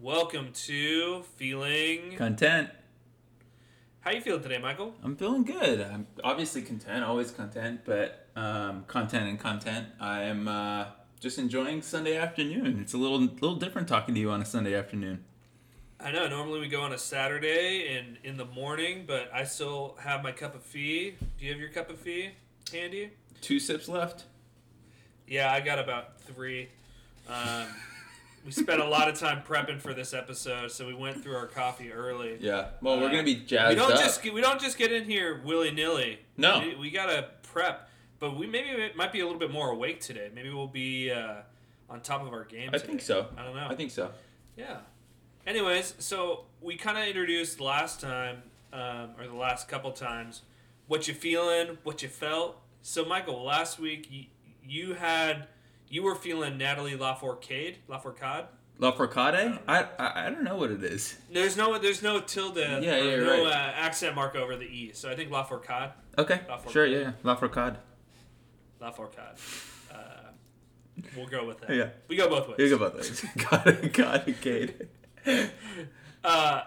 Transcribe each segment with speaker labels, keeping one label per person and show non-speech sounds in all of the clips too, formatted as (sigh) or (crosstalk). Speaker 1: welcome to Feeling.
Speaker 2: Content.
Speaker 1: How you feeling today, Michael?
Speaker 2: I'm feeling good. I'm obviously content, always content, but um, content and content. I am uh, just enjoying Sunday afternoon. It's a little little different talking to you on a Sunday afternoon.
Speaker 1: I know normally we go on a Saturday and in the morning, but I still have my cup of fee. Do you have your cup of fee handy?
Speaker 2: Two sips left.
Speaker 1: Yeah, I got about three. Um, we spent a lot of time prepping for this episode, so we went through our coffee early.
Speaker 2: Yeah. Well, we're
Speaker 1: Uh,
Speaker 2: gonna be jazzed
Speaker 1: we don't
Speaker 2: up.
Speaker 1: just get, we don't just get in here willy nilly.
Speaker 2: No.
Speaker 1: we, we gotta prep, but we maybe it might be a little bit more awake today. Maybe we'll be uh, on top of our game.
Speaker 2: I
Speaker 1: today.
Speaker 2: think so.
Speaker 1: I don't know.
Speaker 2: I think so.
Speaker 1: yeah. Anyways, so we kind of introduced last time um, or the last couple times what you feeling, what you felt. So Michael, last week you, you had you were feeling Natalie Lafourcade, Lafourcade.
Speaker 2: La Forcade? I, I I don't know what it is.
Speaker 1: There's no there's no tilde, yeah,
Speaker 2: yeah, you're
Speaker 1: no
Speaker 2: right.
Speaker 1: uh, accent mark over the e. So I think Lafourcade.
Speaker 2: Okay.
Speaker 1: La Forcade.
Speaker 2: Sure. Yeah. La Forcade.
Speaker 1: Lafourcade. Uh, we'll go with that.
Speaker 2: Yeah.
Speaker 1: We go both ways.
Speaker 2: Think about (laughs) this. God, God, Cade.
Speaker 1: Uh,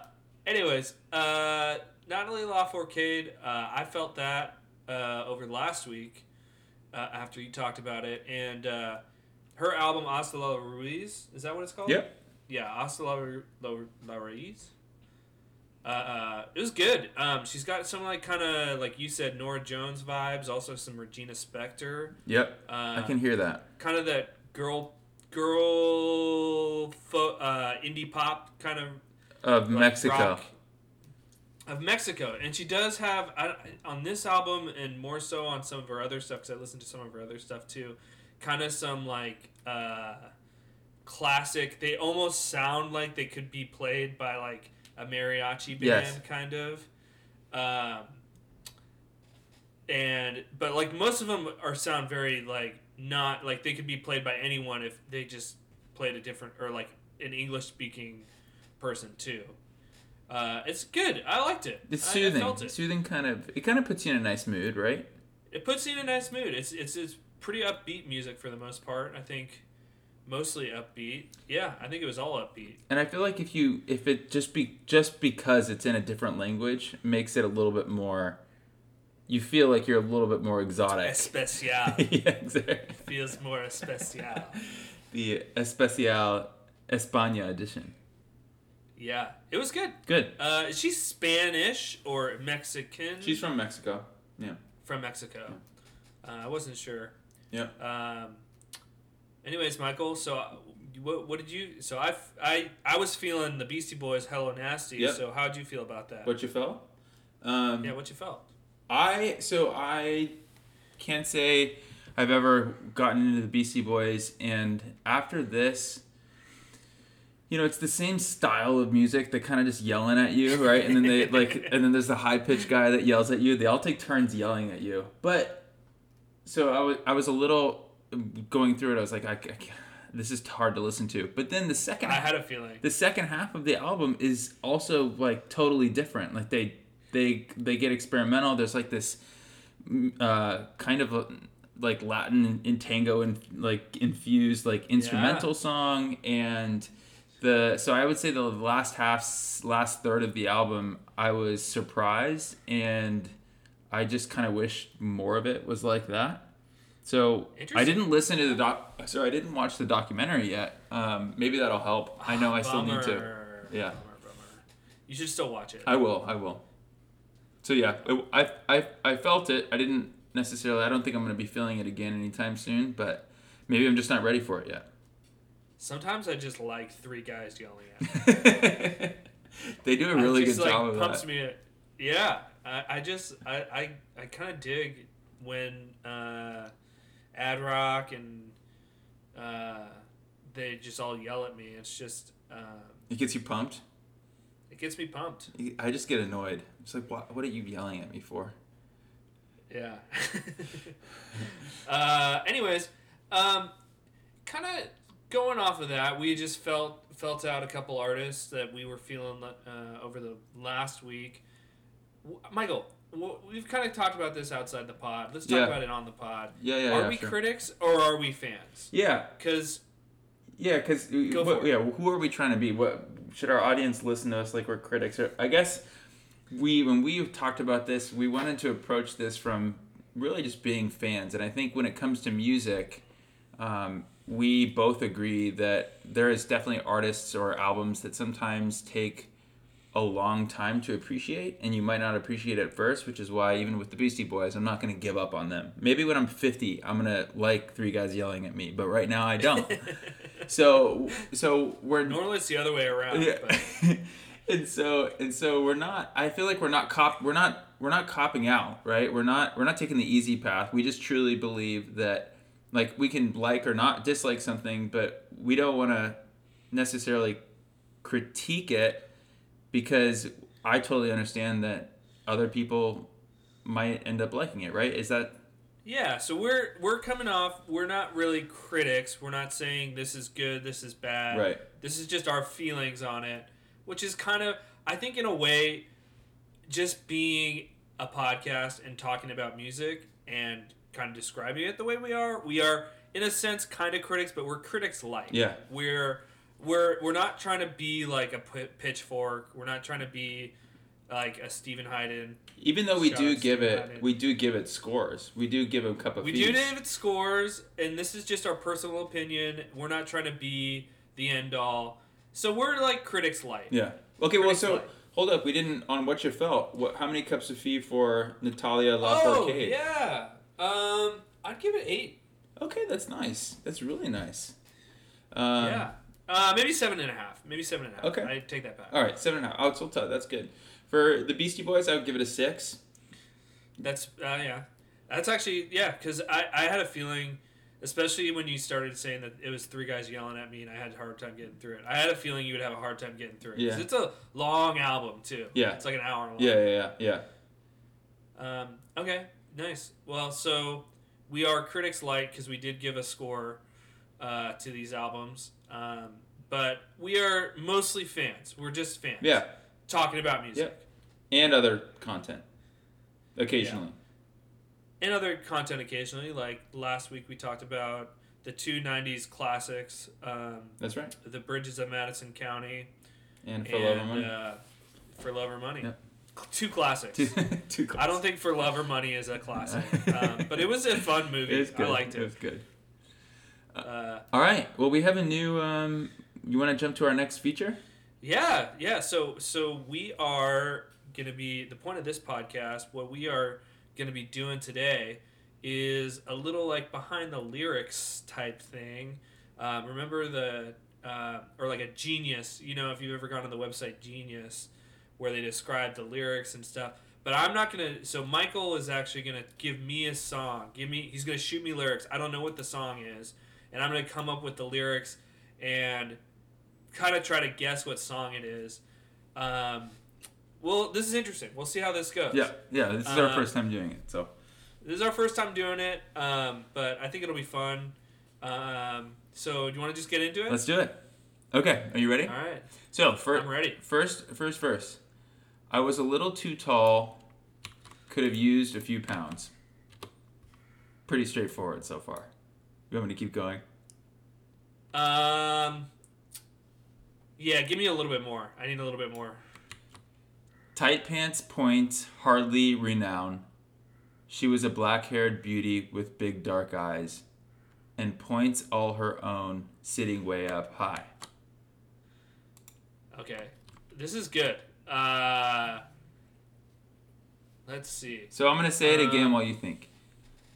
Speaker 1: anyways, uh, Natalie Lafourcade, uh, I felt that uh, over last week uh, after you talked about it. And uh, her album, Hasta la Ruiz, is that what it's called?
Speaker 2: Yep.
Speaker 1: Yeah, Hasta la, Ru- la, la Ruiz. Uh, uh, it was good. Um, she's got some like kind of like you said Nora Jones vibes, also some Regina Spektor.
Speaker 2: Yep.
Speaker 1: Uh,
Speaker 2: I can hear that.
Speaker 1: kind of that girl girl fo- uh, indie pop kind of
Speaker 2: Of
Speaker 1: like,
Speaker 2: Mexico.
Speaker 1: rock of Mexico, and she does have I, on this album, and more so on some of her other stuff because I listened to some of her other stuff too. Kind of some like uh, classic. They almost sound like they could be played by like a mariachi band,
Speaker 2: Yes.
Speaker 1: kind of. Um, and but like most of them are sound very like not like they could be played by anyone if they just played a different or like an English speaking person too. Uh, it's good. I liked it.
Speaker 2: It's
Speaker 1: I- I
Speaker 2: soothing.
Speaker 1: felt it.
Speaker 2: Soothing kind of it kind of puts you in a nice mood, right?
Speaker 1: It puts you in a nice mood. It's it's it's pretty upbeat music for the most part. I think mostly upbeat. Yeah, I think it was all upbeat.
Speaker 2: And I feel like if you if it just be just because it's in a different language makes it a little bit more you feel like you're a little bit more exotic.
Speaker 1: Especial
Speaker 2: (laughs) yeah, exactly.
Speaker 1: feels more especial.
Speaker 2: The Especial España edition.
Speaker 1: Yeah, it was good.
Speaker 2: Good.
Speaker 1: Uh, she's Spanish or Mexican.
Speaker 2: She's from Mexico. Yeah.
Speaker 1: from Mexico. Uh, I wasn't sure.
Speaker 2: Yeah.
Speaker 1: Um, anyways, Michael, so uh, what, what did you? So I, f- I, I was feeling the Beastie Boys, "Hello Nasty."
Speaker 2: Yep.
Speaker 1: So how'd you feel about that?
Speaker 2: What you felt? Um,
Speaker 1: yeah, what you felt?
Speaker 2: I so I can't say I've ever gotten into the Beastie Boys, and after this, you know, it's the same style of music. They kind of just yelling at you, right? And then they (laughs) like, and then there's the high pitched guy that yells at you. They all take turns yelling at you. But so I was, I was a little um, going through it. I was like, I, I can't- this is hard to listen to. But then the second
Speaker 1: I had a feeling.
Speaker 2: the second half of the album is also like totally different like they they they get experimental there's like this mm, uh kind of a, like latin and tango and like infused like instrumental song and the so i would say the last half s- last third of the album i was surprised and i just kind of wish more of it was like that so I
Speaker 1: Interesting.
Speaker 2: didn't listen to the doc. Sorry, I didn't watch the documentary yet. Um, maybe that'll help. I know I still need to.
Speaker 1: Bummer,
Speaker 2: Yeah.
Speaker 1: bummer, bummer. You should still watch it.
Speaker 2: I will. I will. So yeah, it- I I I felt it. I didn't necessarily. I don't think I'm gonna be feeling it again anytime soon. But maybe I'm just not ready for it
Speaker 1: Sometimes I just like three guys yelling at me.
Speaker 2: yet. (laughs) they do a really
Speaker 1: I just,
Speaker 2: good job
Speaker 1: like,
Speaker 2: of
Speaker 1: pumps
Speaker 2: that.
Speaker 1: me. Yeah, I, I just I I, I kind of dig when uh, Ad Rock and uh, they just all yell at me. It's just um,
Speaker 2: It gets you pumped.
Speaker 1: it gets me pumped.
Speaker 2: I just get annoyed. It's like, what, what are you yelling at me for?
Speaker 1: Yeah. (laughs) uh, anyways, um, kind of going off of that, we just felt felt out a couple artists that we were feeling uh, over the last week. W- Michael, w- we've kind of talked about this outside the pod. Let's talk
Speaker 2: Yeah.
Speaker 1: about it on the pod.
Speaker 2: Yeah, yeah,
Speaker 1: are
Speaker 2: yeah.
Speaker 1: we
Speaker 2: sure.
Speaker 1: critics or are we fans?
Speaker 2: yeah,
Speaker 1: Because
Speaker 2: Yeah, uh, because
Speaker 1: Go for
Speaker 2: yeah, who are we trying to be? What should our audience listen to us like we're critics? Or, I guess we when we talked about this, we wanted to approach this from really just being fans, and I think when it comes to music, um, we both agree that there is definitely artists or albums that sometimes take a long time to appreciate and you might not appreciate at first which is why even with the beastie boys i'm not going to give up on them maybe when i'm 50 i'm going to like three guys yelling at me but right now i don't so so we're
Speaker 1: Normally it's the other way around. But
Speaker 2: yeah. (laughs) and so and so we're not I feel like we're not cop we're not we're not copping out, right? We're not we're not taking the easy path. We just truly believe that like we can like or not dislike something, but we don't want to necessarily critique it because I totally understand that other people might end up liking it, right? Is that
Speaker 1: yeah, so we're we're coming off. We're not really critics. We're not saying this is good, this is bad.
Speaker 2: right?
Speaker 1: This is just our feelings on it, which is kind of, I think, in a way, just being a podcast and talking about music and kind of describing it the way we are. We are, in a sense, kind of critics, but we're critics like.
Speaker 2: Yeah.
Speaker 1: We're we're we're not trying to be like a pi- pitchfork. We're not trying to be like a Stephen Hayden.
Speaker 2: Even though we
Speaker 1: Shout
Speaker 2: do
Speaker 1: out to
Speaker 2: give
Speaker 1: United.
Speaker 2: it we do give it scores. We do give a cup of
Speaker 1: We
Speaker 2: fees.
Speaker 1: do David scores, and this is just our personal opinion. We're not trying to be the end all. So we're like critics light.
Speaker 2: Yeah. Okay. Well,
Speaker 1: Critics
Speaker 2: so
Speaker 1: like.
Speaker 2: hold up. We didn't on what you felt. What? How many cups of fee for Natalia
Speaker 1: Oh
Speaker 2: Lafourcade?
Speaker 1: yeah. Um, I'd give it eight.
Speaker 2: Okay, that's nice. That's really nice. Um,
Speaker 1: yeah. Uh, maybe seven and a half. Maybe seven and a half.
Speaker 2: Okay.
Speaker 1: I take that back.
Speaker 2: All right, seven and a half. Oh, it's still tough. That's good. For the Beastie Boys, I would give it a six.
Speaker 1: That's uh, yeah. That's actually yeah, because I I had a feeling, especially when you started saying that it was three guys yelling at me, and I had a hard time getting through it. I had a feeling you would have a hard time getting through it. 'cause
Speaker 2: Yeah.
Speaker 1: It's a long album too.
Speaker 2: Yeah.
Speaker 1: It's like an hour long.
Speaker 2: Yeah, yeah, yeah, yeah.
Speaker 1: Um, okay, nice. Well, so we are critics light because we did give a score uh, to these albums, um, but we are mostly fans. We're just fans.
Speaker 2: Yeah,
Speaker 1: Talking about music
Speaker 2: and other content occasionally.
Speaker 1: and other content occasionally. Like last week, we talked about the two '90s classics, um,
Speaker 2: That's right.
Speaker 1: "The Bridges of Madison County"
Speaker 2: And for love and
Speaker 1: and
Speaker 2: money.
Speaker 1: uh, "For Love or Money."
Speaker 2: Yep.
Speaker 1: Two classics.
Speaker 2: Too, (laughs) too close.
Speaker 1: uh, I don't think "For Love or Money" is a classic,
Speaker 2: (laughs)
Speaker 1: um, but it was a fun movie.
Speaker 2: It's good.
Speaker 1: I liked it.
Speaker 2: It's good.
Speaker 1: Uh,
Speaker 2: All right. Well, we have a new. Um, you want to jump to our next feature?
Speaker 1: Yeah, yeah. So so we are gonna be the point of this podcast. What we are gonna be doing today is a little like behind the lyrics type thing. Um, remember the uh, or like a genius. You know, if you've ever gone to the website Genius, where they describe the lyrics and stuff. But I'm not gonna. So Michael is actually gonna give me a song. Give me. He's gonna shoot me lyrics. I don't know what the song is, and I'm gonna come up with the lyrics and kind of try to guess what song it is. Um, well, this is interesting. We'll see how this goes.
Speaker 2: Yeah, yeah. This is our
Speaker 1: Uh,
Speaker 2: first time doing it, so
Speaker 1: This is our first time doing it, um, but I think it'll be fun. Um, so, do you want to just get into it?
Speaker 2: let's do it. Okay, are you ready?
Speaker 1: All right.
Speaker 2: So for
Speaker 1: I'm ready.
Speaker 2: first, first verse. I was a little too tall. Could have used a few pounds. Pretty straightforward so far. You want me to keep going?
Speaker 1: Um, yeah, give me a little bit more. I need a little bit more.
Speaker 2: Tight pants, points, hardly renown. She was a black-haired beauty with big dark eyes, and points all her own, sitting way up high.
Speaker 1: Okay. This is good. Uh, let's see.
Speaker 2: So I'm gonna say it again
Speaker 1: Um,
Speaker 2: while you think.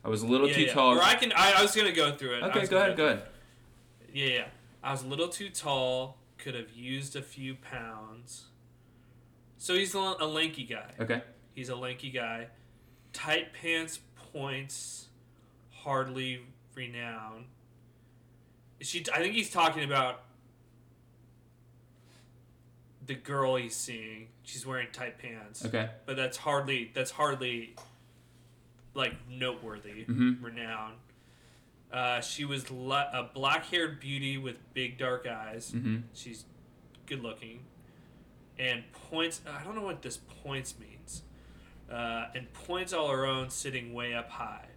Speaker 2: I was a little
Speaker 1: Yeah,
Speaker 2: too
Speaker 1: yeah.
Speaker 2: tall.
Speaker 1: Or I can. I, I was gonna go through it. I
Speaker 2: Okay,
Speaker 1: was
Speaker 2: go
Speaker 1: gonna
Speaker 2: ahead, go ahead.
Speaker 1: Yeah, yeah. I was a little too tall. Could have used a few pounds. So he's a a lanky guy.
Speaker 2: Okay.
Speaker 1: He's a lanky guy. Tight pants, points, hardly renown. She, I think he's talking about the girl he's seeing. She's wearing tight pants,
Speaker 2: Okay.
Speaker 1: but that's hardly that's hardly like noteworthy
Speaker 2: Mhm.
Speaker 1: renown. Uh, she was la- a black-haired beauty with big dark eyes.
Speaker 2: Mm-hmm.
Speaker 1: She's good looking. And points, I don't know what this points means. Uh, and points all her own sitting way up high.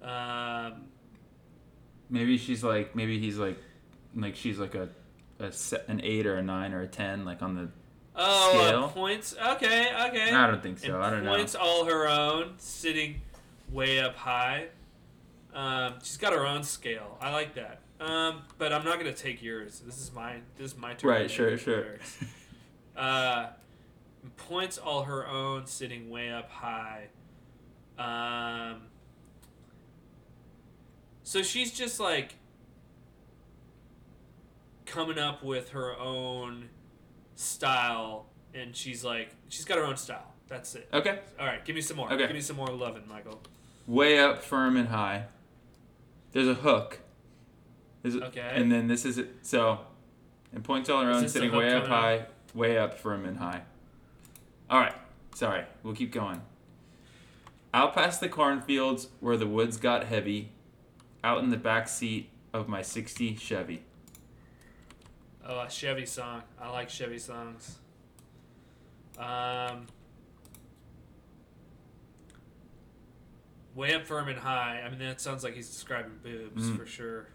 Speaker 1: Um,
Speaker 2: Maybe she's like, maybe he's like, like she's like a, a se- an eight or a nine or a ten, like on the.
Speaker 1: Oh, uh,
Speaker 2: Scale?
Speaker 1: points. Okay, okay.
Speaker 2: I don't think so.
Speaker 1: and
Speaker 2: I don't know.
Speaker 1: points all her own, sitting way up high. Um, she's got her own scale. I like that. Um, but I'm not gonna take yours. This is my this is my turn.
Speaker 2: Right,
Speaker 1: to
Speaker 2: sure,
Speaker 1: make
Speaker 2: sure. (laughs)
Speaker 1: lyrics. Uh, points all her own, sitting way up high. Um, so she's just like coming up with her own style, and she's like, she's got her own style. That's it.
Speaker 2: Okay.
Speaker 1: All right, give me some more.
Speaker 2: Okay.
Speaker 1: Give me some more loving, Michael.
Speaker 2: Way up, firm and high. There's a hook. There's a-
Speaker 1: Okay.
Speaker 2: And then this is it. So, and points all
Speaker 1: Is
Speaker 2: around,
Speaker 1: this the
Speaker 2: sitting
Speaker 1: hook
Speaker 2: way up
Speaker 1: coming up?
Speaker 2: high, way up, firm and high. All right. Sorry. We'll keep going. Out past the cornfields where the woods got heavy, out in the back seat of my 60 Chevy.
Speaker 1: Oh, a Chevy song. I like Chevy songs. Um, way up firm and high. I mean, that sounds like he's describing boobs
Speaker 2: Mm.
Speaker 1: for sure.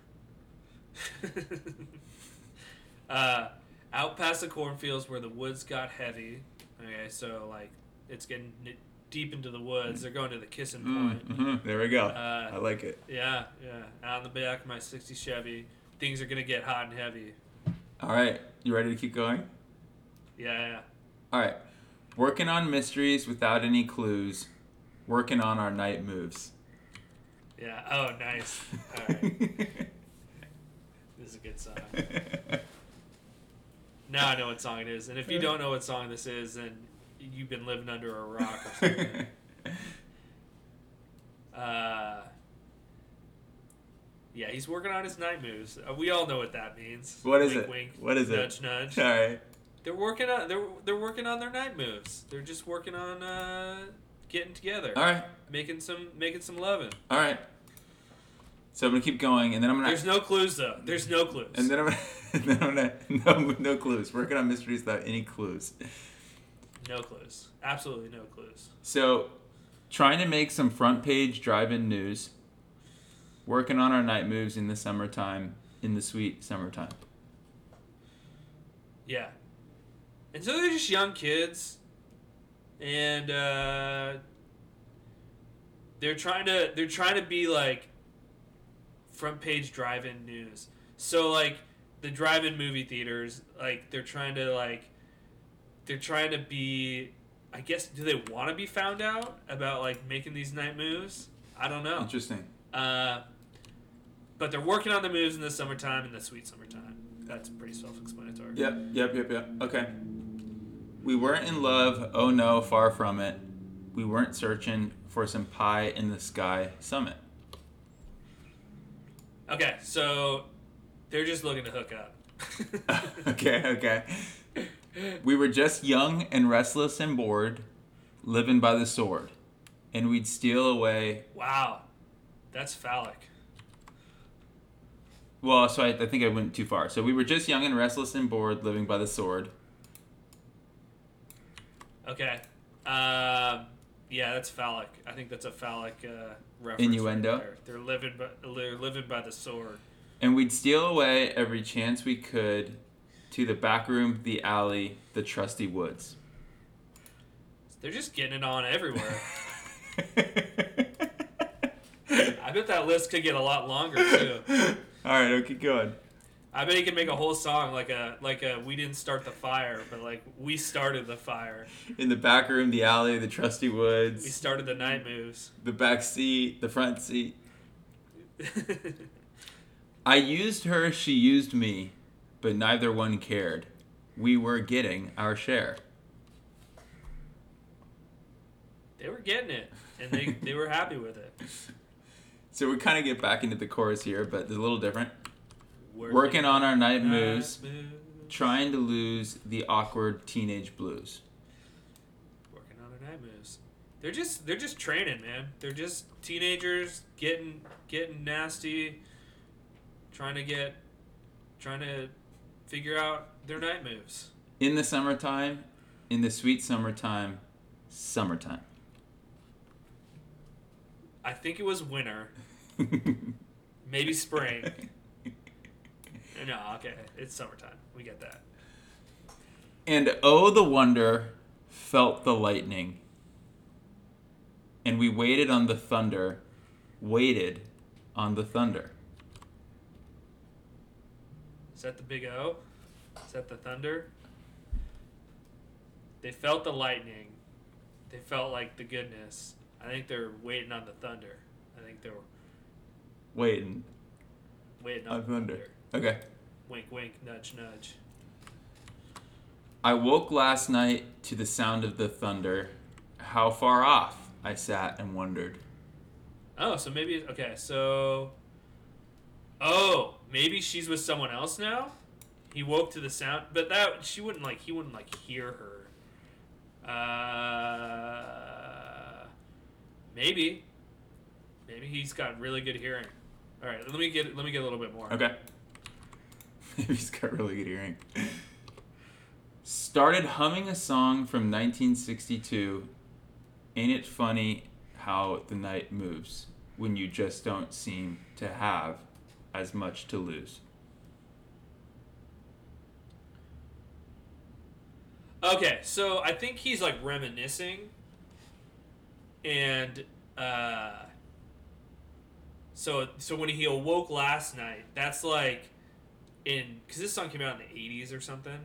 Speaker 1: (laughs) uh, out past the cornfields where the woods got heavy. Okay, so like it's getting n- deep into the woods. They're going to the kissing point.
Speaker 2: Mm-hmm. There we go.
Speaker 1: Uh,
Speaker 2: Mm. I like it.
Speaker 1: Yeah, yeah. Out in the back of my 60 Chevy, things are going to get hot and heavy.
Speaker 2: All right. You ready to keep going?
Speaker 1: Yeah, yeah.
Speaker 2: All right. Working on mysteries without any clues, working on our night moves.
Speaker 1: Yeah. Oh,
Speaker 2: (laughs)
Speaker 1: nice. All right. This is a good song. Now I know what song it is. And if you don't know what song this is, then you've been living under a rock or something.
Speaker 2: (laughs)
Speaker 1: Uh, yeah, he's working on his night moves. Uh, we all know what that means.
Speaker 2: What is
Speaker 1: wink,
Speaker 2: it?
Speaker 1: Wink.
Speaker 2: What is it?
Speaker 1: nudge, Nudge,
Speaker 2: All (laughs) right.
Speaker 1: They're working on. They're they're working on their night moves. They're just working on uh, getting together,
Speaker 2: All right.
Speaker 1: making some making some loving.
Speaker 2: All right. So I'm gonna keep going, and then I'm gonna.
Speaker 1: There's no clues though. There's no clues.
Speaker 2: and then I'm gonna. (laughs) and then I'm gonna (laughs) no, no clues. Working on mysteries without any clues.
Speaker 1: no clues. Absolutely no clues.
Speaker 2: So, trying to make some front page drive in news. Working on our night moves in the summertime, in the sweet summertime.
Speaker 1: Yeah. And so they're just young kids, and uh, they're trying to they're trying to be like front page drive-in news. So like the drive-in movie theaters, like they're trying to like they're trying to be. I guess do they want to be found out about like making these night moves? I don't know.
Speaker 2: Interesting.
Speaker 1: Uh, but they're working on the moves in the summertime and the sweet summertime. That's pretty self-explanatory.
Speaker 2: Yep, yep, yep, yep. Okay. We weren't in love, oh no, far from it. We weren't searching for some pie in the sky summit.
Speaker 1: Okay, so they're just looking to hook up.
Speaker 2: (laughs) okay, okay. We were just young and restless and bored, living by the sword. And we'd steal away.
Speaker 1: wow, that's phallic.
Speaker 2: Well, so I, I think I went too far. So we were just young and restless and bored, living by the sword.
Speaker 1: Okay, um, yeah, that's phallic. I think that's a phallic uh, reference.
Speaker 2: Innuendo?
Speaker 1: right there. They're living, by, they're living by the sword.
Speaker 2: And we'd steal away every chance we could to the back room, the alley, the trusty woods. (laughs)
Speaker 1: They're just getting it on
Speaker 2: (laughs)
Speaker 1: everywhere. I bet that list could get a lot longer too.
Speaker 2: All right, okay, good.
Speaker 1: I bet you could make a whole song like a like a we didn't start the fire, but like we started the fire.
Speaker 2: In the back room, the alley, the trusty
Speaker 1: We
Speaker 2: woods,
Speaker 1: started the night moves. (laughs)
Speaker 2: the back seat, the front seat. I used her, she used me, but neither one cared. We were getting our share.
Speaker 1: they were getting it, and they they were happy with it.
Speaker 2: So we kind of get back into the chorus here, but it's a little different.
Speaker 1: Working,
Speaker 2: Working on our night moves,
Speaker 1: moves.
Speaker 2: trying to lose the awkward teenage blues.
Speaker 1: Working on their night moves. They're just they're just training, man. They're just teenagers getting getting nasty, trying to get trying to figure out their night moves.
Speaker 2: In the summertime, in the sweet summertime, summertime. (laughs) (laughs)
Speaker 1: I think it was winter, maybe spring. No, okay. It's summertime. We get that.
Speaker 2: And oh, the wonder felt the lightning. And we waited on the thunder, waited on the thunder.
Speaker 1: Is that the big O? Is that the thunder? They felt the lightning. They felt like the goodness. I think they're waiting on the thunder. I think they're
Speaker 2: Waiting
Speaker 1: waiting on
Speaker 2: on
Speaker 1: the
Speaker 2: thunder.
Speaker 1: thunder.
Speaker 2: Okay.
Speaker 1: Wink, wink, nudge, nudge.
Speaker 2: I woke last night to the sound of the thunder. How far off I sat and wondered.
Speaker 1: Oh, so maybe okay. So, oh, maybe she's with someone else now. He woke to the sound, but that she wouldn't like. He wouldn't like hear her. Uh, maybe, maybe he's got really good hearing. All right, let me get let me get a little bit more.
Speaker 2: Okay. (laughs) He's got really good hearing. Started humming a song from 1962. Ain't it funny how the night moves when you just don't seem to have as much to lose?
Speaker 1: Okay, so I think he's like reminiscing, and uh, so so when he awoke last night, that's like in because this song came out in the eighties or something,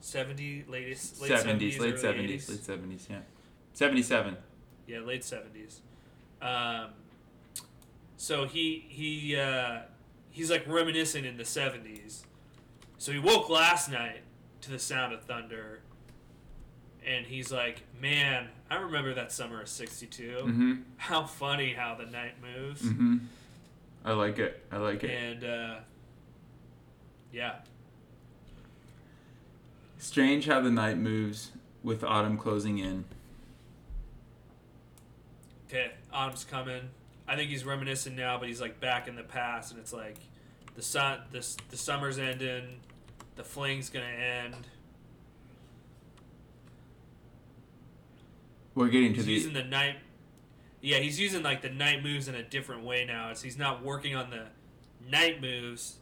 Speaker 1: seventy latest late
Speaker 2: 70s, late 70s,
Speaker 1: 70s,
Speaker 2: late 70s, yeah. 77.
Speaker 1: yeah, late seventies. Um, so he he uh, he's like reminiscing in the seventies. So he woke last night to the sound of thunder, and he's like, "Man, I remember that summer of '62.
Speaker 2: Mm-hmm.
Speaker 1: How funny how the night moves."
Speaker 2: Mm-hmm. I like it. I like it.
Speaker 1: And uh, yeah,
Speaker 2: Strange how the night moves with autumn closing in.
Speaker 1: okay, autumn's coming. I think he's reminiscing now, but he's like back in the past, and it's like the sun, the s- the summer's ending, the fling's gonna end.
Speaker 2: We're getting to
Speaker 1: He's
Speaker 2: the
Speaker 1: using the night. Yeah, he's using like the night moves in a different way now. It's he's not working on the night moves.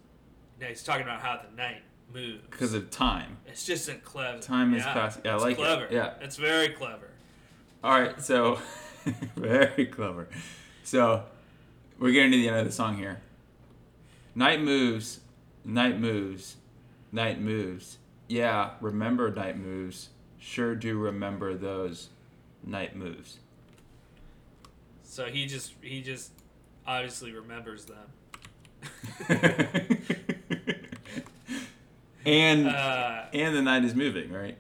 Speaker 1: Now he's talking about how the night moves.
Speaker 2: because of time.
Speaker 1: it's just a clever.
Speaker 2: Time is
Speaker 1: yeah,
Speaker 2: passing. Yeah, I
Speaker 1: it's
Speaker 2: like
Speaker 1: clever.
Speaker 2: it. Yeah.
Speaker 1: it's very clever.
Speaker 2: All right. So (laughs) very clever. So we're getting to the end of the song here. Night moves. Night moves. Night moves. Yeah, remember night moves. Sure do remember those night moves. (laughs)
Speaker 1: So he just he just obviously remembers them.
Speaker 2: (laughs)
Speaker 1: (laughs)
Speaker 2: and
Speaker 1: Uh,
Speaker 2: and the night is moving, right?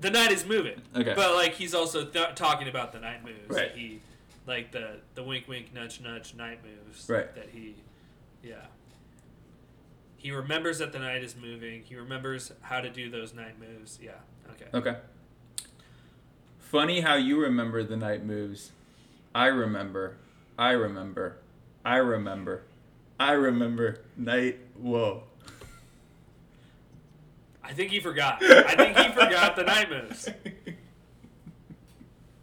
Speaker 1: the night is moving.
Speaker 2: Okay.
Speaker 1: But like he's also th- talking about the night moves.
Speaker 2: Right.
Speaker 1: That he like the the wink wink nudge nudge night moves.
Speaker 2: Right.
Speaker 1: That he, yeah. He remembers that the night is moving. He remembers how to do those night moves. Yeah. Okay.
Speaker 2: Okay. Funny how you remember the night moves. I remember. I remember. I remember. I remember night. Whoa. (laughs)
Speaker 1: I think he forgot. I think he forgot the night moves.
Speaker 2: (laughs)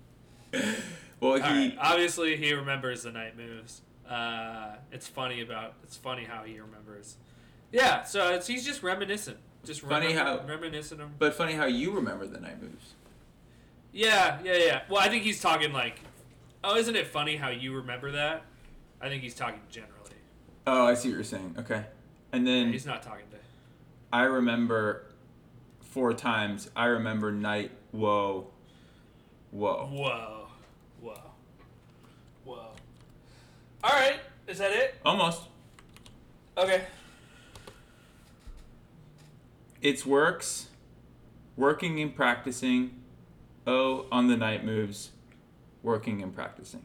Speaker 2: well,
Speaker 1: All
Speaker 2: he.
Speaker 1: right. Obviously, he remembers the night moves. Uh, it's funny about. It's funny how he remembers. Yeah. So it's, he's just reminiscent. Just
Speaker 2: Funny
Speaker 1: remem-
Speaker 2: how-
Speaker 1: reminiscent of
Speaker 2: But funny how you remember the night moves.
Speaker 1: Yeah, yeah, yeah. Well, I think he's talking like, oh, isn't it funny how you remember that? I think he's talking generally.
Speaker 2: Oh, I see what you're saying. Okay. And then
Speaker 1: He's not talking to.
Speaker 2: I remember four times. I remember night. Whoa. Whoa.
Speaker 1: Whoa, whoa, whoa. All right, is that it?
Speaker 2: Almost.
Speaker 1: Okay.
Speaker 2: It's works, working and practicing. Oh, on the night moves, working and practicing.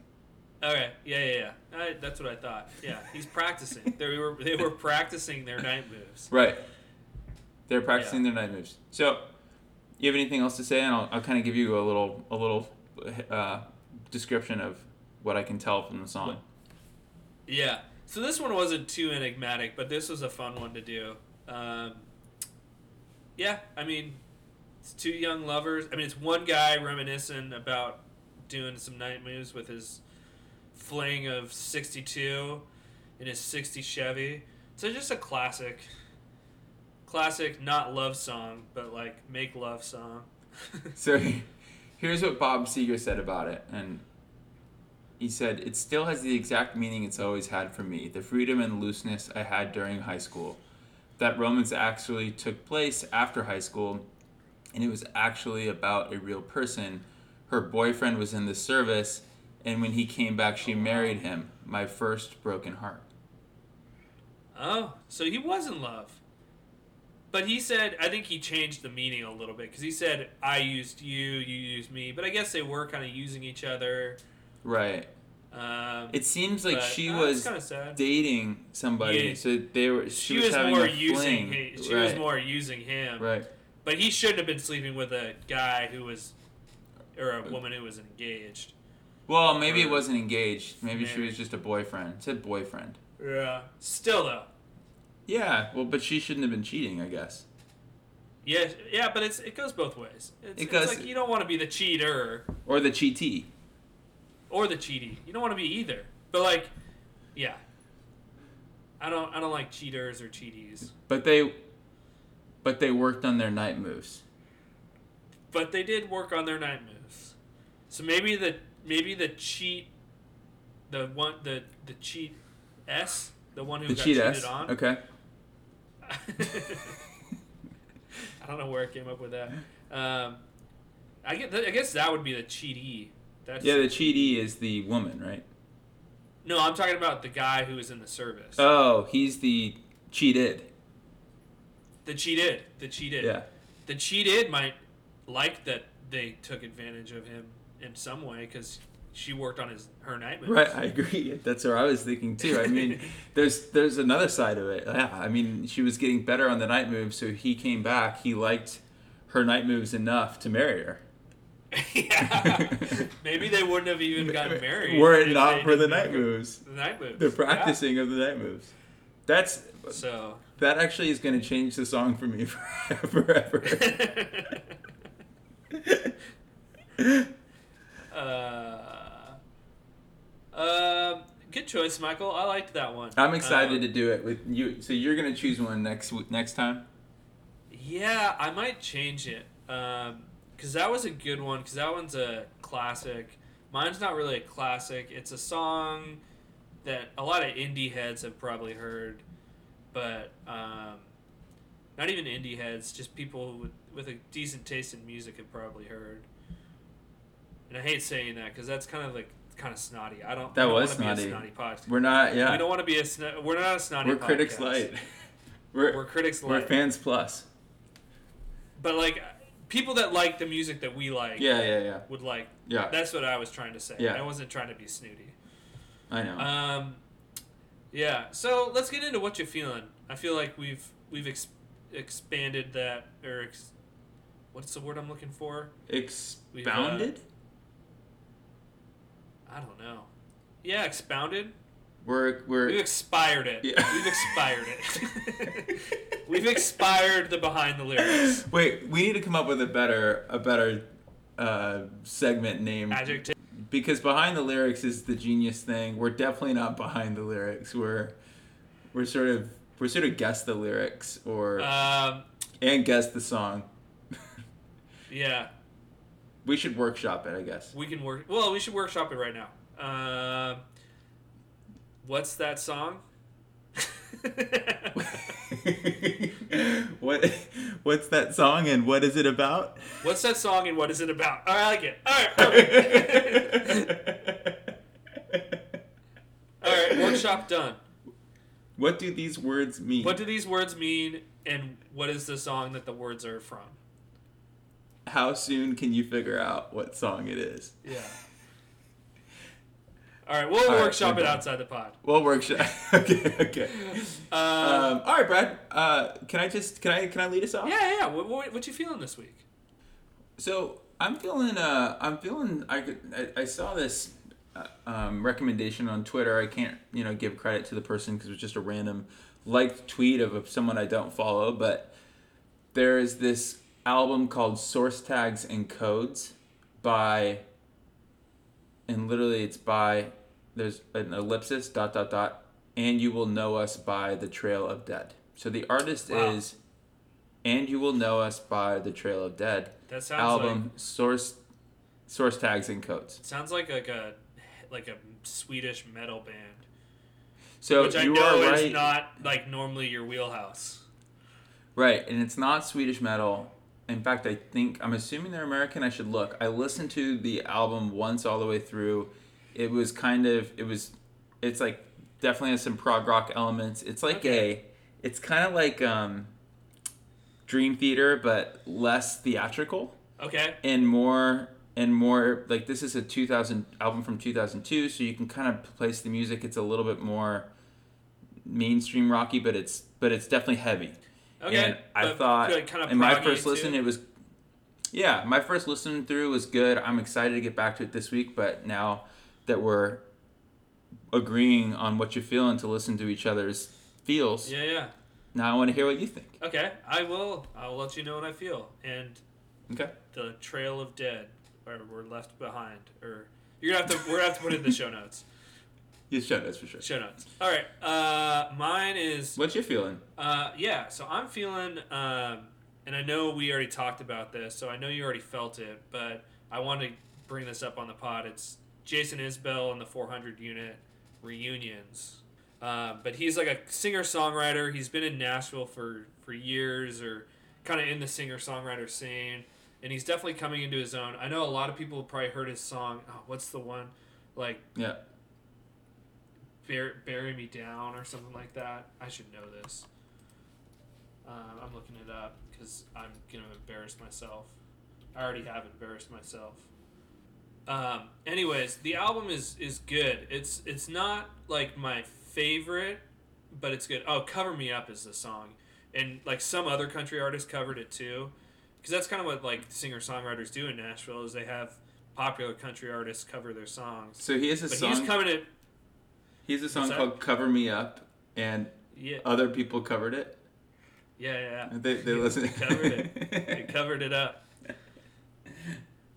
Speaker 1: Okay. Yeah, yeah, yeah. I, that's what I thought. Yeah, he's practicing. they were they were practicing their night moves.
Speaker 2: Right. They're practicing their night moves. So, you have anything else to say? And I'll, I'll kind of give you a little a little uh, description of what I can tell from the song.
Speaker 1: Yeah. So this one wasn't too enigmatic, but this was a fun one to do. Um, yeah, I mean, it's two young lovers. I mean, it's one guy reminiscing about doing some night moves with his fling of 62 in his 60 Chevy. So just a classic classic not love song, but like make love song.
Speaker 2: So (laughs) he- here's what Bob Seger said about it. And he said, It still has the exact meaning it's always had for me the freedom and looseness I had during high school. That romance actually took place after high school, and it was actually about a real person. Her boyfriend was in the service, and when he came back, she married him. My first broken heart.
Speaker 1: Oh, so he was in love. But he said, I think he changed the meaning a little bit because he said, I used you, you used me. But I guess they were kind of using each other.
Speaker 2: Right.
Speaker 1: Um,
Speaker 2: It seems like
Speaker 1: but,
Speaker 2: she
Speaker 1: uh,
Speaker 2: was
Speaker 1: kind of sad.
Speaker 2: dating somebody,
Speaker 1: Yeah.
Speaker 2: so they were. She,
Speaker 1: She, was,
Speaker 2: having
Speaker 1: more
Speaker 2: a
Speaker 1: using.
Speaker 2: fling.
Speaker 1: Him. She
Speaker 2: right.
Speaker 1: was more using him.
Speaker 2: Right.
Speaker 1: But he shouldn't have been sleeping with a guy who was, or a woman who was engaged.
Speaker 2: Well, maybe it
Speaker 1: Or-
Speaker 2: wasn't engaged. Maybe she
Speaker 1: Married.
Speaker 2: was just a boyfriend. It said boyfriend.
Speaker 1: Yeah. Still though.
Speaker 2: Yeah. Well, but she shouldn't have been cheating, I guess.
Speaker 1: Yeah, yeah, but it's it goes both ways. It's,
Speaker 2: It
Speaker 1: it's
Speaker 2: goes-
Speaker 1: like you don't want to be the cheater
Speaker 2: Or the cheatee.
Speaker 1: or the cheaty. You don't want to be either. But like, yeah. I don't I don't like cheaters or cheaties.
Speaker 2: But they, but they worked on their night moves.
Speaker 1: But they did work on their night moves. So maybe the maybe the cheat the one the the cheat S, the one who
Speaker 2: The
Speaker 1: got
Speaker 2: cheat
Speaker 1: cheated
Speaker 2: ass.
Speaker 1: on.
Speaker 2: Okay.
Speaker 1: (laughs) I don't know where I came up with that. Um, I get I guess that would be the cheaty. That's
Speaker 2: Yeah, the cheatee is the woman, right?
Speaker 1: No, I'm talking about the guy who was in the service.
Speaker 2: Oh, he's the cheated.
Speaker 1: the cheated. The cheated.
Speaker 2: Yeah.
Speaker 1: The cheated might like that they took advantage of him in some way because she worked on his her night moves.
Speaker 2: Right, I agree. That's what I was thinking too. I mean, there's there's another side of it. Yeah, I mean, she was getting better on the night moves, so he came back. He liked her night moves enough to marry her.
Speaker 1: (laughs) yeah.
Speaker 2: (laughs)
Speaker 1: Maybe they wouldn't have even gotten married.
Speaker 2: Were it
Speaker 1: if
Speaker 2: not
Speaker 1: they
Speaker 2: for the
Speaker 1: didn't
Speaker 2: night
Speaker 1: work-
Speaker 2: moves,
Speaker 1: The night moves.
Speaker 2: the
Speaker 1: Yeah.
Speaker 2: practicing of the night moves. That's
Speaker 1: So.
Speaker 2: that actually is going to change the song for me (laughs) forever.
Speaker 1: (laughs) uh, um, good choice, Michael. I liked that one.
Speaker 2: I'm excited
Speaker 1: Um,
Speaker 2: to do it with you. So you're going to choose one next w- next time.
Speaker 1: Yeah, I might change it. Um, cause that was a good one. Cause that one's a classic. Mine's not really a classic. It's a song that a lot of indie heads have probably heard, but um, not even indie heads. Just people with with a decent taste in music have probably heard. And I hate saying that because that's kind of like kind of snotty. I don't.
Speaker 2: That
Speaker 1: I don't
Speaker 2: was
Speaker 1: wanna Be a
Speaker 2: snotty.
Speaker 1: snotty podcast.
Speaker 2: We're not.
Speaker 1: We
Speaker 2: Yeah,
Speaker 1: don't want to be a. Sno- we're not a snotty.
Speaker 2: we're critics
Speaker 1: podcast. (laughs)
Speaker 2: light. We're
Speaker 1: We're critics light
Speaker 2: we're fans plus.
Speaker 1: but like people that like the music that we like
Speaker 2: Yeah, yeah, yeah,
Speaker 1: would like
Speaker 2: yeah.
Speaker 1: that's what i was trying to say
Speaker 2: Yeah.
Speaker 1: i wasn't trying to be snooty
Speaker 2: I know.
Speaker 1: um yeah so let's get into what you're feeling i feel like we've we've ex- expanded that or ex- what's the word i'm looking for uh,
Speaker 2: Expounded?
Speaker 1: i don't know yeah expounded
Speaker 2: We're we're
Speaker 1: we've expired it
Speaker 2: Er (laughs) Yeah.
Speaker 1: we've expired it (laughs)
Speaker 2: (laughs)
Speaker 1: we've expired the behind the lyrics
Speaker 2: Wait, we need to come up with a better a better uh, segment name
Speaker 1: adjective
Speaker 2: because behind the lyrics is the genius thing. We're definitely not behind the lyrics. We're we're sort of we're sort of guess the lyrics or
Speaker 1: um
Speaker 2: and guess the song. (laughs)
Speaker 1: yeah
Speaker 2: We should workshop it, I guess. (laughs)
Speaker 1: We can work. Well, we should workshop it right now. Um, what's that song? (laughs)
Speaker 2: what what's that song and what is it about? (laughs)
Speaker 1: what's that song and what is it about? All right, I like it. All right, perfect. All right, workshop done.
Speaker 2: What do these words mean?
Speaker 1: What do these words mean, and what is the song that the words are from?
Speaker 2: How soon can you figure out what song it is?
Speaker 1: Yeah. All right, we'll
Speaker 2: right,
Speaker 1: workshop
Speaker 2: we're
Speaker 1: it
Speaker 2: done.
Speaker 1: outside the pod.
Speaker 2: Well, workshop. (laughs) okay, okay.
Speaker 1: Uh,
Speaker 2: Um, all right, Brad. Uh, can I just can I can I lead us off?
Speaker 1: yeah, yeah. What, what, what you feeling this week?
Speaker 2: So I'm feeling. Uh, I'm feeling. I could. I, I saw this uh, um, recommendation on Twitter. I can't you know give credit to the person because it was just a random liked tweet of someone I don't follow. But there is this album called Source Tags and Codes by. And literally, it's by. There's an ellipsis. Dot dot dot. And you will know us by the Trail of Dead. So the artist
Speaker 1: Wow.
Speaker 2: is and you will know us by the Trail of Dead
Speaker 1: That sounds
Speaker 2: album source source tags and codes.
Speaker 1: like sounds like like a like a Swedish metal band,
Speaker 2: So
Speaker 1: which I
Speaker 2: you
Speaker 1: know
Speaker 2: are
Speaker 1: is
Speaker 2: right,
Speaker 1: not like normally your wheelhouse.
Speaker 2: right, and it's not Swedish metal. In fact, I think I'm assuming they're American. I should look. I listened to the album once all the way through. It was kind of it was, it's like definitely has some prog rock elements. It's like
Speaker 1: Okay.
Speaker 2: a, it's kind of like um, Dream Theater but less theatrical.
Speaker 1: Okay,
Speaker 2: and more and more like this is a 2000 album from 2002 so you can kind of place the music it's a little bit more mainstream rocky but it's but it's definitely heavy
Speaker 1: okay.
Speaker 2: and i
Speaker 1: but
Speaker 2: thought
Speaker 1: like kinda
Speaker 2: in my
Speaker 1: proggy
Speaker 2: first
Speaker 1: too.
Speaker 2: listen it was yeah my first listen through was good i'm excited to get back to it this week but now that we're agreeing on what you feel and to listen to each other's feels
Speaker 1: yeah, yeah.
Speaker 2: now i want to hear what you think
Speaker 1: Okay, I will. I will let you know what I feel. And
Speaker 2: okay
Speaker 1: the trail of dead, or we're left behind, or you're gonna have to. We're gonna have to put it in the show (laughs) notes.
Speaker 2: you showed us for sure
Speaker 1: Show notes. All right. Uh, mine is.
Speaker 2: what you feeling
Speaker 1: Uh, yeah. So I'm feeling. Um, and I know we already talked about this, so I know you already felt it, but I want to bring this up on the pod. It's Jason Isbell and the 400 unit reunions. Uh, but he's like a singer songwriter. He's been in Nashville for, for years or kind of in the singer songwriter scene. And he's definitely coming into his own. I know a lot of people probably heard his song. Oh, what's the one? Like,
Speaker 2: Yeah.
Speaker 1: Bur- Bury Me Down or something like that. I should know this. Um, I'm looking it up because I'm going to embarrass myself. I already have embarrassed myself. Um, anyways, the album is is good. It's it's not like my favorite, but it's good. Oh, "Cover Me Up" is the song, and like some other country artists covered it too, because that's kind of what like singer songwriters do in Nashville is they have popular country artists cover their songs.
Speaker 2: so he has a
Speaker 1: But
Speaker 2: song
Speaker 1: he's coming in.
Speaker 2: He has a song
Speaker 1: What's
Speaker 2: called "Cover Me Up," and
Speaker 1: Yeah,
Speaker 2: other people covered it.
Speaker 1: yeah, yeah.
Speaker 2: They they listen.
Speaker 1: covered
Speaker 2: (laughs)
Speaker 1: it covered it up.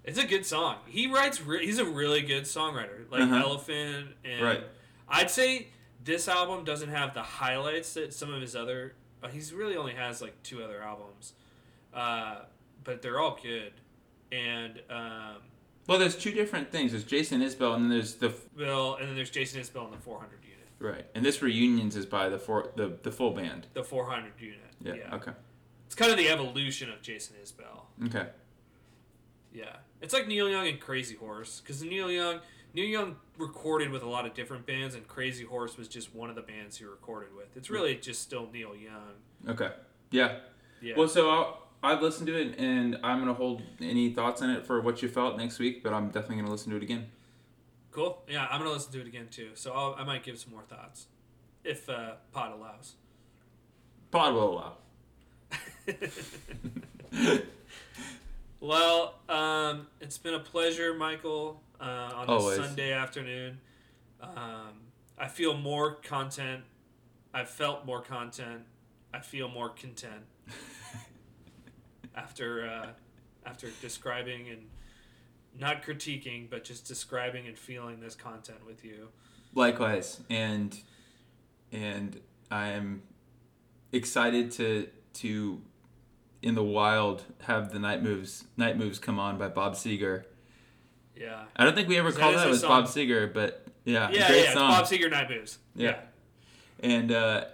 Speaker 1: It's a good song. He writes. Re- he's a really good songwriter, like
Speaker 2: Uh-huh.
Speaker 1: Elephant and.
Speaker 2: Right.
Speaker 1: I'd say this album doesn't have the highlights that some of his other. Uh, he's really only has like two other albums, uh, but they're all good. And um,
Speaker 2: well, there's two different things. There's Jason Isbell, and then there's the
Speaker 1: Bill, and then there's Jason Isbell in the 400 unit.
Speaker 2: right. And this reunions is by the four the, the full band.
Speaker 1: The 400 unit.
Speaker 2: Yeah. Okay.
Speaker 1: It's kind of the evolution of Jason Isbell.
Speaker 2: Okay.
Speaker 1: Yeah, it's like Neil Young and Crazy Horse because Neil Young, Neil Young recorded with a lot of different bands, and Crazy Horse was just one of the bands he recorded with. It's really just still Neil Young.
Speaker 2: Okay. Yeah.
Speaker 1: Yeah.
Speaker 2: Well, so I'll, I've listened to it, and I'm gonna hold any thoughts on it for what you felt next week. But I'm definitely gonna listen to it again.
Speaker 1: cool. Yeah, I'm gonna listen to it again too, so I'll, I might give some more thoughts if uh, Pod allows.
Speaker 2: Pod will allow.
Speaker 1: (laughs) well, um, it's been a pleasure, Michael. Uh, on this
Speaker 2: Always.
Speaker 1: Sunday afternoon, um, I feel more content. I felt more content. I feel more content.
Speaker 2: (laughs)
Speaker 1: after uh, after describing and not critiquing, but just describing and feeling this content with you.
Speaker 2: Likewise, and and I'm excited to to in the wild have the night moves night moves come on by Bob Seger.
Speaker 1: Yeah.
Speaker 2: I don't think we ever
Speaker 1: That
Speaker 2: called
Speaker 1: is
Speaker 2: that
Speaker 1: a
Speaker 2: was
Speaker 1: song.
Speaker 2: Bob Seger, but yeah,
Speaker 1: Yeah,
Speaker 2: Uh, great
Speaker 1: yeah.
Speaker 2: song.
Speaker 1: Bob Seger night moves.
Speaker 2: Yeah. and uh,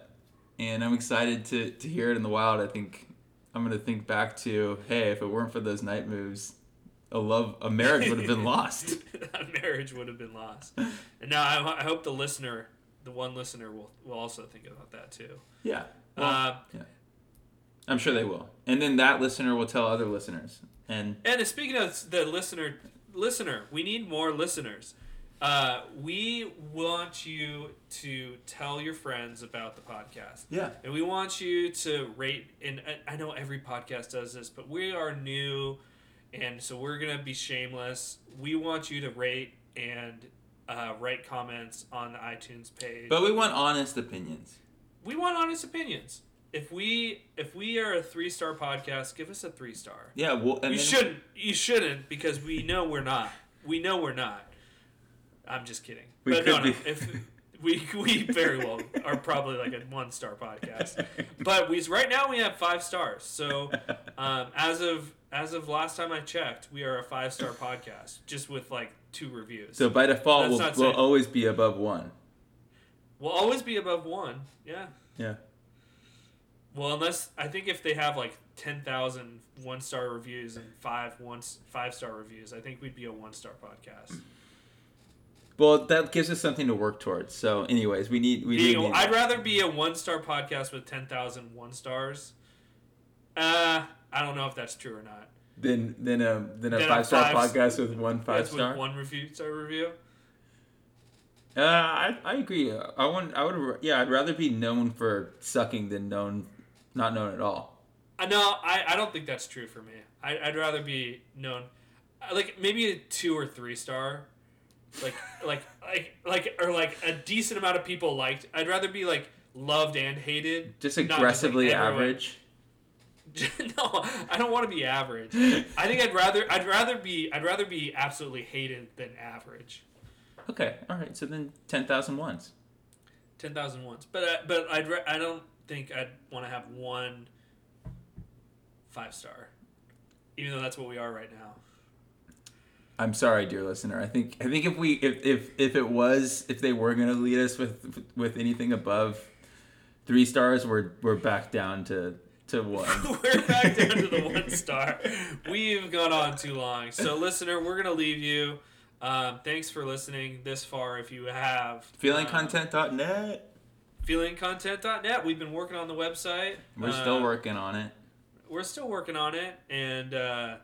Speaker 2: and I'm excited to to hear it in the wild. I think I'm gonna think back to hey, if it weren't for those night moves, a love a marriage would
Speaker 1: (laughs)
Speaker 2: have been lost.
Speaker 1: that marriage would have been lost. And now I, I hope the listener, the one listener, will, will also think about that too.
Speaker 2: Yeah.
Speaker 1: uh,
Speaker 2: I'm sure they will. And then that listener will tell other listeners. And
Speaker 1: and speaking of the listener, listener, we need more listeners. Uh, we want you to tell your friends about the podcast.
Speaker 2: yeah.
Speaker 1: And we want you to rate, and I- I know every podcast does this, but we are new, and so we're going to be shameless. We want you to rate and uh, write comments on the iTunes page.
Speaker 2: But we want honest opinions.
Speaker 1: we want honest opinions. If we if we are a three star podcast, give us a three star.
Speaker 2: Yeah, well, and
Speaker 1: You
Speaker 2: then-
Speaker 1: shouldn't. You shouldn't because we know we're not. We know we're not. I'm just kidding.
Speaker 2: We
Speaker 1: but
Speaker 2: could
Speaker 1: no, no.
Speaker 2: be.
Speaker 1: If we we very well are probably like a one star podcast, but we right now we have five stars. So um, as of as of last time I checked, we are a five star podcast just with like two reviews.
Speaker 2: So by default,
Speaker 1: That's
Speaker 2: we'll,
Speaker 1: not
Speaker 2: we'll
Speaker 1: safe.
Speaker 2: always be above one.
Speaker 1: we'll always be above one. Yeah.
Speaker 2: Yeah.
Speaker 1: Well, unless I think if they have like 10,000 one star reviews and five one five star reviews, I think we'd be a one star podcast.
Speaker 2: Well, that gives us something to work towards. So, anyways, we need we
Speaker 1: Being
Speaker 2: need.
Speaker 1: a- I'd rather be a one star podcast with 10,000 one stars. Uh, I don't know if that's true or not.
Speaker 2: than than a than a
Speaker 1: Than a
Speaker 2: five star
Speaker 1: five-
Speaker 2: podcast with one five
Speaker 1: that's
Speaker 2: star.
Speaker 1: with one review star review.
Speaker 2: Uh, I, I agree. I want I would yeah I'd rather be known for sucking than known not known at all.
Speaker 1: Uh, no, I, I don't think that's true for me. I, I'd rather be known, uh, like maybe a two or three star, like (laughs) like like like or like a decent amount of people liked. I'd rather be like loved and hated.
Speaker 2: Just
Speaker 1: Not just, like,
Speaker 2: aggressively
Speaker 1: everyone.
Speaker 2: average.
Speaker 1: (laughs) no, I don't want to be average. I think I'd rather I'd rather be I'd rather be absolutely hated than average.
Speaker 2: Okay, all right. So then ten thousand ones.
Speaker 1: Ten thousand once, but I, but I'd ra- I don't think I'd want to have one five star, even though that's what we are right now. (laughs)
Speaker 2: I'm sorry, dear listener. I think I think if we if if, if it was if they were gonna lead us with with anything above three stars, we're we're back down to to
Speaker 1: (laughs)
Speaker 2: one.
Speaker 1: we're back down to the one star. We've gone on too long. So, listener, we're going to leave you. Um, thanks for listening this far. If you have um,
Speaker 2: Feelingcontent.net.
Speaker 1: feelingcontent.net, we've been working on the website.
Speaker 2: We're
Speaker 1: Uh,
Speaker 2: still working on it.
Speaker 1: We're still working on it, and uh,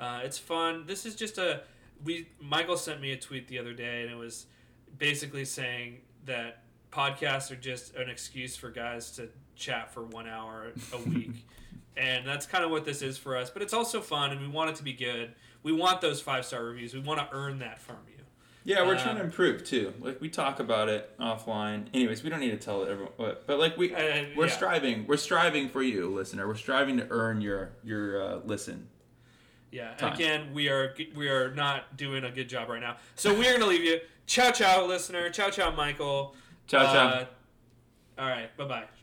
Speaker 1: uh, it's fun. This is just a we. Michael sent me a tweet the other day, and it was basically saying that podcasts are just an excuse for guys to chat for one hour a week. and that's kind of what this is for us. But it's also fun, and we want it to be good. We want those five star reviews. We want to earn that from you.
Speaker 2: Yeah, we're
Speaker 1: Uh,
Speaker 2: trying to improve too. Like we talk about it offline. Anyways, we don't need to tell everyone, but, but like we
Speaker 1: Uh,
Speaker 2: we're
Speaker 1: yeah.
Speaker 2: striving. We're striving for you, listener. We're striving to earn your your uh, listen.
Speaker 1: Yeah. And
Speaker 2: Time.
Speaker 1: again, we are we are not doing a good job right now. So we're gonna leave you. Ciao, ciao, listener. Ciao, ciao, Michael.
Speaker 2: Ciao, ciao.
Speaker 1: Uh, all right. Bye, bye.